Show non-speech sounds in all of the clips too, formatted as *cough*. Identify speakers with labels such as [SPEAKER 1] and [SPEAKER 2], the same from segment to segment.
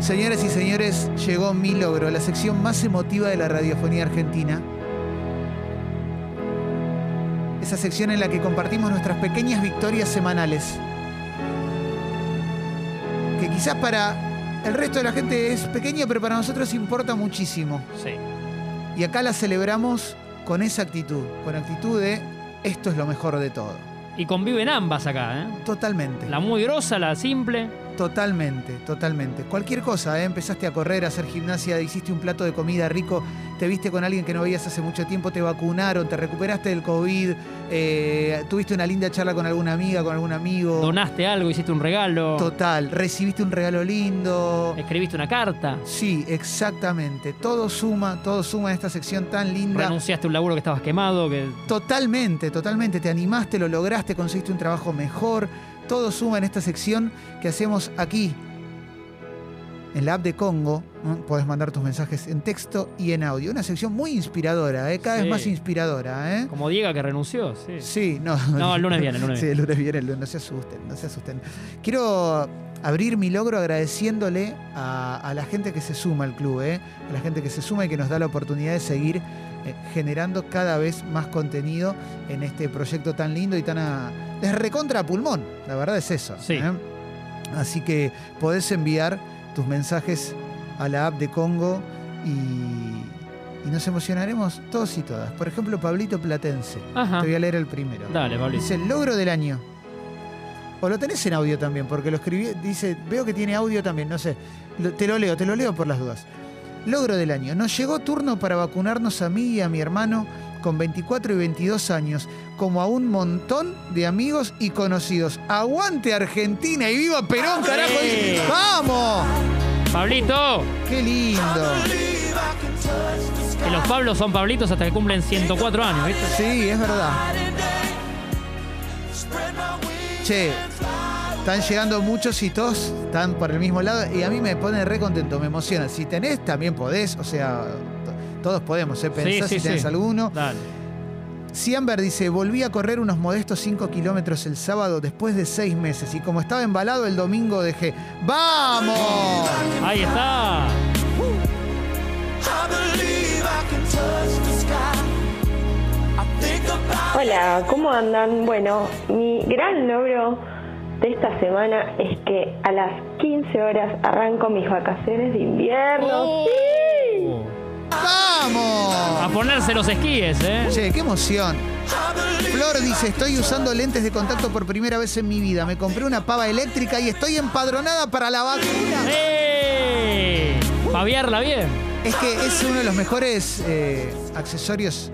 [SPEAKER 1] Señoras y señores, llegó mi logro, la sección más emotiva de la radiofonía argentina. Esa sección en la que compartimos nuestras pequeñas victorias semanales. Que quizás para el resto de la gente es pequeña, pero para nosotros importa muchísimo.
[SPEAKER 2] Sí.
[SPEAKER 1] Y acá la celebramos con esa actitud, con actitud de esto es lo mejor de todo.
[SPEAKER 2] Y conviven ambas acá, ¿eh?
[SPEAKER 1] Totalmente.
[SPEAKER 2] La muy grosa, la simple.
[SPEAKER 1] Totalmente, totalmente. Cualquier cosa, ¿eh? empezaste a correr, a hacer gimnasia, hiciste un plato de comida rico, te viste con alguien que no veías hace mucho tiempo, te vacunaron, te recuperaste del COVID, eh, tuviste una linda charla con alguna amiga, con algún amigo.
[SPEAKER 2] Donaste algo, hiciste un regalo.
[SPEAKER 1] Total, recibiste un regalo lindo.
[SPEAKER 2] Escribiste una carta.
[SPEAKER 1] Sí, exactamente. Todo suma, todo suma en esta sección tan linda.
[SPEAKER 2] Renunciaste a un laburo que estabas quemado. Que...
[SPEAKER 1] Totalmente, totalmente. Te animaste, lo lograste, conseguiste un trabajo mejor. Todo suma en esta sección que hacemos aquí. En la app de Congo ¿no? podés mandar tus mensajes en texto y en audio. Una sección muy inspiradora, ¿eh? cada
[SPEAKER 2] Sí.
[SPEAKER 1] vez más inspiradora. ¿eh?
[SPEAKER 2] Como Diego que renunció, sí.
[SPEAKER 1] Sí, no.
[SPEAKER 2] No, el lunes viene, el lunes
[SPEAKER 1] Sí, el lunes viene, el lunes. No se asusten, no se asusten. Quiero abrir mi logro agradeciéndole a, a la gente que se suma al club, ¿eh? a la gente que se suma y que nos da la oportunidad de seguir eh, generando cada vez más contenido en este proyecto tan lindo y tan a, es recontra a pulmón, la verdad es eso.
[SPEAKER 2] Sí.
[SPEAKER 1] ¿eh? Así que podés enviar tus mensajes a la app de Congo y, y nos emocionaremos todos y todas. Por ejemplo, Pablito Platense.
[SPEAKER 2] Ajá.
[SPEAKER 1] Te voy a leer el primero.
[SPEAKER 2] Dale, Pablito.
[SPEAKER 1] Dice el logro del año. O lo tenés en audio también, porque lo escribí. Dice, veo que tiene audio también, no sé. Lo- te lo leo, te lo leo por las dudas. Logro del año. Nos llegó turno para vacunarnos a mí y a mi hermano con 24 y 22 años, como a un montón de amigos y conocidos. ¡Aguante Argentina y viva Perón, carajo!
[SPEAKER 2] Sí.
[SPEAKER 1] ¡Vamos!
[SPEAKER 2] ¡Pablito!
[SPEAKER 1] ¡Qué lindo!
[SPEAKER 2] Que los Pablos son Pablitos hasta que cumplen 104 años, ¿viste?
[SPEAKER 1] Sí, es verdad. Che, están llegando muchos y todos están por el mismo lado y a mí me pone re contento, me emociona. Si tenés, también podés, o sea, to- todos podemos, ¿eh? Pensás
[SPEAKER 2] sí,
[SPEAKER 1] si tenés
[SPEAKER 2] sí.
[SPEAKER 1] alguno.
[SPEAKER 2] Dale.
[SPEAKER 1] Siamber dice, volví a correr unos modestos 5 kilómetros el sábado después de 6 meses y como estaba embalado el domingo dejé, ¡vamos!
[SPEAKER 2] Ahí está.
[SPEAKER 3] Hola, ¿cómo andan? Bueno, mi gran logro de esta semana es que a las 15 horas arranco mis vacaciones de
[SPEAKER 2] Oh.
[SPEAKER 3] invierno. ¡Sí!
[SPEAKER 2] A
[SPEAKER 1] ¡Vamos!
[SPEAKER 2] ponerse los esquíes, ¿eh?
[SPEAKER 1] Che, qué emoción. Flor dice, estoy usando lentes de contacto por primera vez en mi vida. Me compré una pava eléctrica y estoy empadronada para la vacuna.
[SPEAKER 2] ¡Eh! Paviarla bien.
[SPEAKER 1] Es que es uno de los mejores eh, accesorios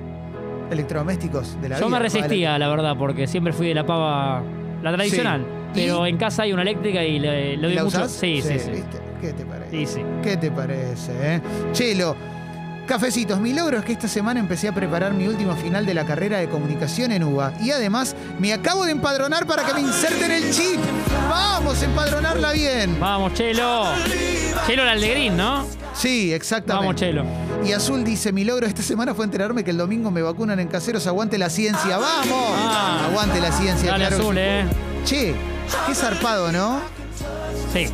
[SPEAKER 1] electrodomésticos de la
[SPEAKER 2] Yo
[SPEAKER 1] vida.
[SPEAKER 2] me resistía, la verdad, porque siempre fui de la pava, la tradicional.
[SPEAKER 1] Sí.
[SPEAKER 2] Pero
[SPEAKER 1] ¿Y?
[SPEAKER 2] en casa hay una eléctrica y le, le doy
[SPEAKER 1] ¿La
[SPEAKER 2] mucho.
[SPEAKER 1] usás?
[SPEAKER 2] Sí, sí, sí.
[SPEAKER 1] ¿viste? ¿Qué te parece?
[SPEAKER 2] Sí, sí.
[SPEAKER 1] ¿Qué te parece? eh? Chelo. Cafecitos, mi logro es que esta semana empecé a preparar mi último final de la carrera de comunicación en UBA. Y además me acabo de empadronar para que me inserten el chip. Vamos, empadronarla bien.
[SPEAKER 2] Vamos, Chelo. Chelo el alegrín, ¿no?
[SPEAKER 1] Sí, exactamente.
[SPEAKER 2] Vamos, Chelo.
[SPEAKER 1] Y Azul dice, mi logro esta semana fue enterarme que el domingo me vacunan en caseros. Aguante la ciencia, vamos.
[SPEAKER 2] Ah.
[SPEAKER 1] Aguante la ciencia,
[SPEAKER 2] Dale,
[SPEAKER 1] claro que
[SPEAKER 2] azul,
[SPEAKER 1] sí.
[SPEAKER 2] ¿eh?
[SPEAKER 1] Che, qué zarpado, ¿no?
[SPEAKER 2] Sí.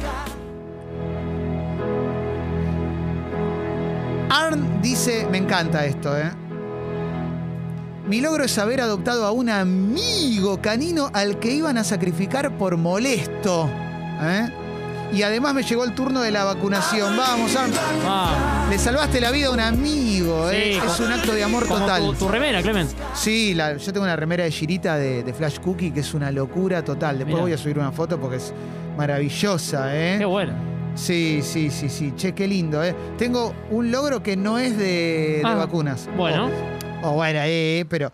[SPEAKER 1] Arn dice, me encanta esto, ¿eh? Mi logro es haber adoptado a un amigo canino al que iban a sacrificar por molesto. ¿eh? Y además me llegó el turno de la vacunación. Vamos, Arn.
[SPEAKER 2] Vamos.
[SPEAKER 1] Le salvaste la vida a un amigo. ¿eh?
[SPEAKER 2] Sí,
[SPEAKER 1] es
[SPEAKER 2] como-
[SPEAKER 1] un acto de amor
[SPEAKER 2] Como
[SPEAKER 1] total.
[SPEAKER 2] tu, tu remera, Clement.
[SPEAKER 1] Sí, la- yo tengo una remera de Girita de, de Flash Cookie que es una locura total. Después
[SPEAKER 2] Mirá.
[SPEAKER 1] voy a subir una foto porque es maravillosa,
[SPEAKER 2] Qué
[SPEAKER 1] ¿eh?
[SPEAKER 2] bueno.
[SPEAKER 1] Sí, sí, sí, sí. Che, qué lindo, ¿eh? Tengo un logro que no es de, de
[SPEAKER 2] Ah,
[SPEAKER 1] vacunas.
[SPEAKER 2] Bueno.
[SPEAKER 1] O, o bueno, eh, pero.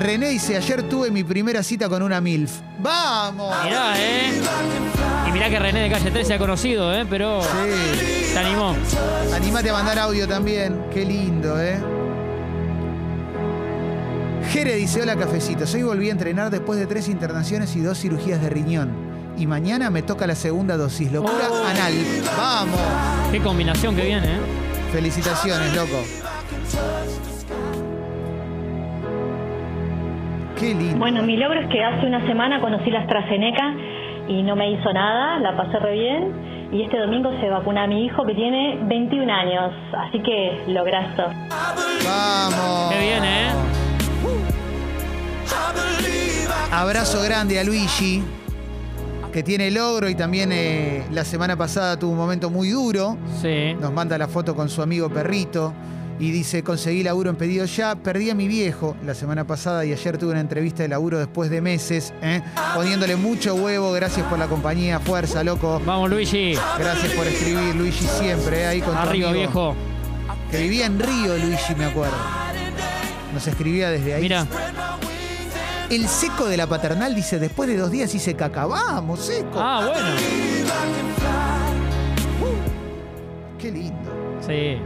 [SPEAKER 1] René dice, ayer tuve mi primera cita con una MILF. ¡Vamos!
[SPEAKER 2] Mirá, ¿eh? Y mirá que René de Calle 13 ha conocido, ¿eh? Pero
[SPEAKER 1] Sí.
[SPEAKER 2] se animó.
[SPEAKER 1] Animate a mandar audio también. Qué lindo, ¿eh? Jere dice, hola cafecitos, hoy volví a entrenar después de tres internaciones y dos cirugías de riñón. Y mañana me toca la segunda dosis, locura
[SPEAKER 2] Oh.
[SPEAKER 1] anal. ¡Vamos!
[SPEAKER 2] Qué combinación que viene, ¿eh?
[SPEAKER 1] Felicitaciones, loco. Qué lindo.
[SPEAKER 4] Bueno, mi logro es que hace una semana conocí la AstraZeneca y no me hizo nada, la pasé re bien. y este domingo se vacuna mi hijo que tiene 21 años, así que lograzo.
[SPEAKER 1] Vamos.
[SPEAKER 2] Qué bien, ¿eh?
[SPEAKER 1] Abrazo grande a Luigi, que tiene logro y también eh, la semana pasada tuvo un momento muy duro.
[SPEAKER 2] Sí.
[SPEAKER 1] Nos manda la foto con su amigo perrito y dice, conseguí laburo en pedido ya, perdí a mi viejo la semana pasada y ayer tuve una entrevista de laburo después de meses, ¿eh? poniéndole mucho huevo, gracias por la compañía, fuerza, loco.
[SPEAKER 2] Vamos, Luigi.
[SPEAKER 1] Gracias por escribir, Luigi, siempre, ¿eh? ahí con tu
[SPEAKER 2] Arriba,
[SPEAKER 1] amigo.
[SPEAKER 2] viejo.
[SPEAKER 1] Que vivía en Río, Luigi, me acuerdo. Nos escribía desde ahí.
[SPEAKER 2] Mira,
[SPEAKER 1] El seco de la paternal dice, después de dos días hice caca. Vamos, seco.
[SPEAKER 2] Ah, bueno.
[SPEAKER 1] Qué lindo.
[SPEAKER 2] Sí.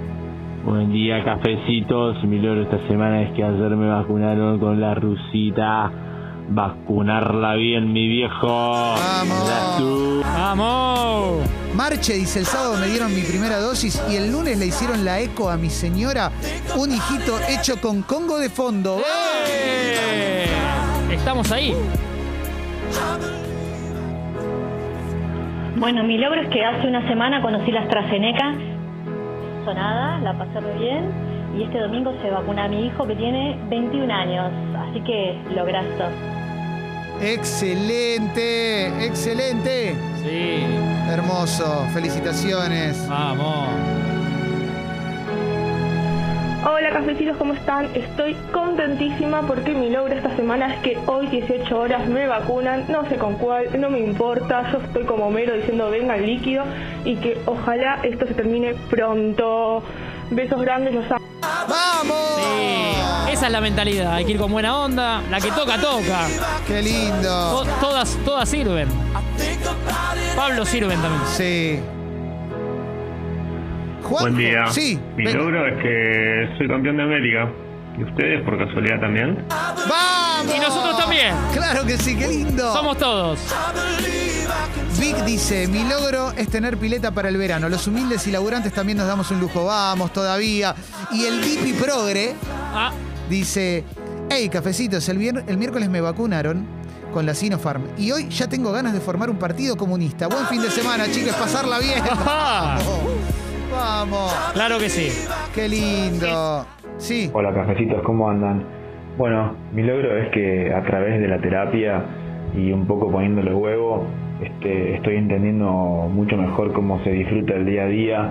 [SPEAKER 5] Buen día, cafecitos. Mi logro esta semana es que ayer me vacunaron con la rusita. Vacunarla bien, mi viejo.
[SPEAKER 1] Vamos.
[SPEAKER 5] La su-
[SPEAKER 2] ¡Vamos!
[SPEAKER 1] Marche dice, el sábado me dieron mi primera dosis y el lunes le hicieron la eco a mi señora, un hijito hecho con Congo de fondo.
[SPEAKER 2] ¡Eh! Estamos ahí.
[SPEAKER 4] Bueno, mi logro es que hace una semana conocí la AstraZeneca, sonada, la pasé re bien y este domingo se vacuna mi hijo que tiene 21 años, así que lograzo.
[SPEAKER 1] Excelente, excelente.
[SPEAKER 2] Sí.
[SPEAKER 1] Hermoso, felicitaciones.
[SPEAKER 2] Vamos.
[SPEAKER 3] Hola cafecitos, ¿cómo están? Estoy contentísima porque mi logro esta semana es que hoy 18 horas me vacunan, no sé con cuál, no me importa, yo estoy como mero diciendo venga el líquido y que ojalá esto se termine pronto. Besos grandes, los amo.
[SPEAKER 1] ¡Vamos!
[SPEAKER 2] Sí. Eh, Esa es la mentalidad. Hay que ir con buena onda. La que toca, toca.
[SPEAKER 1] ¡Qué lindo!
[SPEAKER 2] To- todas, todas sirven. Pablo sirven también.
[SPEAKER 1] Sí. Juan,
[SPEAKER 6] Buen día.
[SPEAKER 1] Sí.
[SPEAKER 6] Mi
[SPEAKER 1] venga.
[SPEAKER 6] logro es que soy campeón de América. ¿Y ustedes por casualidad también?
[SPEAKER 1] ¡Vamos!
[SPEAKER 2] Y nosotros también.
[SPEAKER 1] Claro que sí, qué lindo.
[SPEAKER 2] Somos todos.
[SPEAKER 1] Vic dice, mi logro es tener pileta para el verano. Los humildes y laburantes también nos damos un lujo. Vamos todavía. Y el Dipi Progre
[SPEAKER 2] Ah,
[SPEAKER 1] dice, hey, cafecitos, el, vier- el miércoles me vacunaron con la Sinopharm. Y hoy ya tengo ganas de formar un partido comunista. Buen fin de semana, chicos, pasarla bien. *laughs*
[SPEAKER 2] Ajá.
[SPEAKER 1] Vamos.
[SPEAKER 2] claro que sí.
[SPEAKER 1] Qué lindo. Sí.
[SPEAKER 7] Hola cafecitos, ¿cómo andan? Bueno, mi logro es que a través de la terapia y un poco poniéndole huevo, este, estoy entendiendo mucho mejor cómo se disfruta el día a día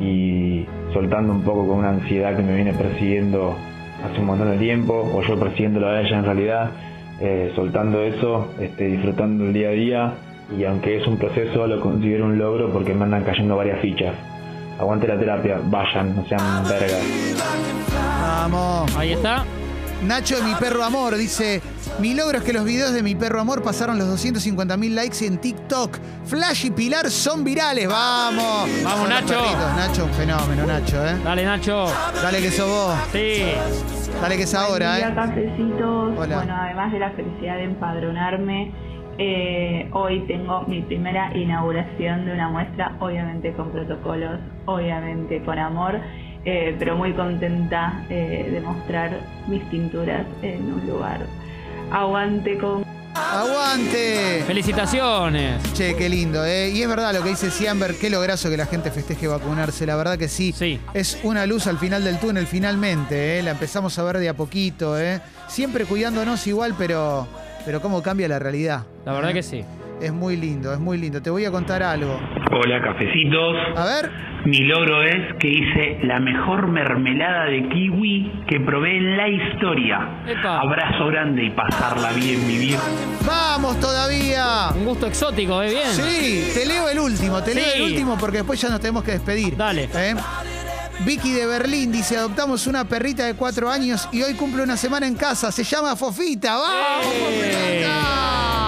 [SPEAKER 7] y soltando un poco con una ansiedad que me viene persiguiendo hace un montón de tiempo, o yo persiguiéndolo a ella en realidad, eh, soltando eso, este, disfrutando el día a día y aunque es un proceso lo considero un logro porque me andan cayendo varias fichas. Aguante la terapia, vayan, no sean vergas.
[SPEAKER 1] Vamos.
[SPEAKER 2] Ahí está.
[SPEAKER 1] Nacho de Mi Perro Amor dice: Mi logro es que los videos de Mi Perro Amor pasaron los 250.000 likes en TikTok. Flash y Pilar son virales. Vamos.
[SPEAKER 2] Vamos,
[SPEAKER 1] Son los
[SPEAKER 2] Nacho.
[SPEAKER 1] perritos. Nacho, un fenómeno, Nacho, ¿eh?
[SPEAKER 2] Dale, Nacho.
[SPEAKER 1] Dale que sos vos.
[SPEAKER 2] Sí.
[SPEAKER 1] Dale que es
[SPEAKER 8] Buen
[SPEAKER 1] ahora,
[SPEAKER 8] día,
[SPEAKER 1] ¿eh?
[SPEAKER 8] cafecitos.
[SPEAKER 1] Hola.
[SPEAKER 8] Bueno, además de la felicidad de empadronarme, eh, hoy tengo mi primera inauguración de una muestra, obviamente con protocolos, obviamente con amor, eh, pero muy contenta eh, de mostrar mis pinturas en un lugar. Aguante con
[SPEAKER 1] Aguante.
[SPEAKER 2] Felicitaciones.
[SPEAKER 1] Che, qué lindo, ¿eh? Y es verdad lo que dice Siamber, qué lograzo que la gente festeje vacunarse, la verdad que sí.
[SPEAKER 2] Sí.
[SPEAKER 1] Es una luz al final del túnel, finalmente, ¿eh? La empezamos a ver de a poquito, ¿eh? Siempre cuidándonos igual, pero, pero cómo cambia la realidad.
[SPEAKER 2] La verdad que sí.
[SPEAKER 1] Es muy lindo, es muy lindo. Te voy a contar algo.
[SPEAKER 9] Hola cafecitos.
[SPEAKER 1] A ver,
[SPEAKER 9] Mi logro es que hice la mejor mermelada de kiwi que probé en la historia.
[SPEAKER 2] Epa.
[SPEAKER 9] Abrazo grande y pasarla bien, mi viejo.
[SPEAKER 1] vamos todavía.
[SPEAKER 2] Un gusto exótico, ¿eh? Bien.
[SPEAKER 1] Sí, te leo el último, te leo
[SPEAKER 2] Sí.
[SPEAKER 1] el último porque después ya nos tenemos que despedir.
[SPEAKER 2] Dale.
[SPEAKER 1] ¿Eh? Vicky de Berlín dice, adoptamos una perrita de cuatro años y hoy cumple una semana en casa. Se llama Fofita. ¡Vamos,
[SPEAKER 2] ¡Eh!
[SPEAKER 1] Fofita!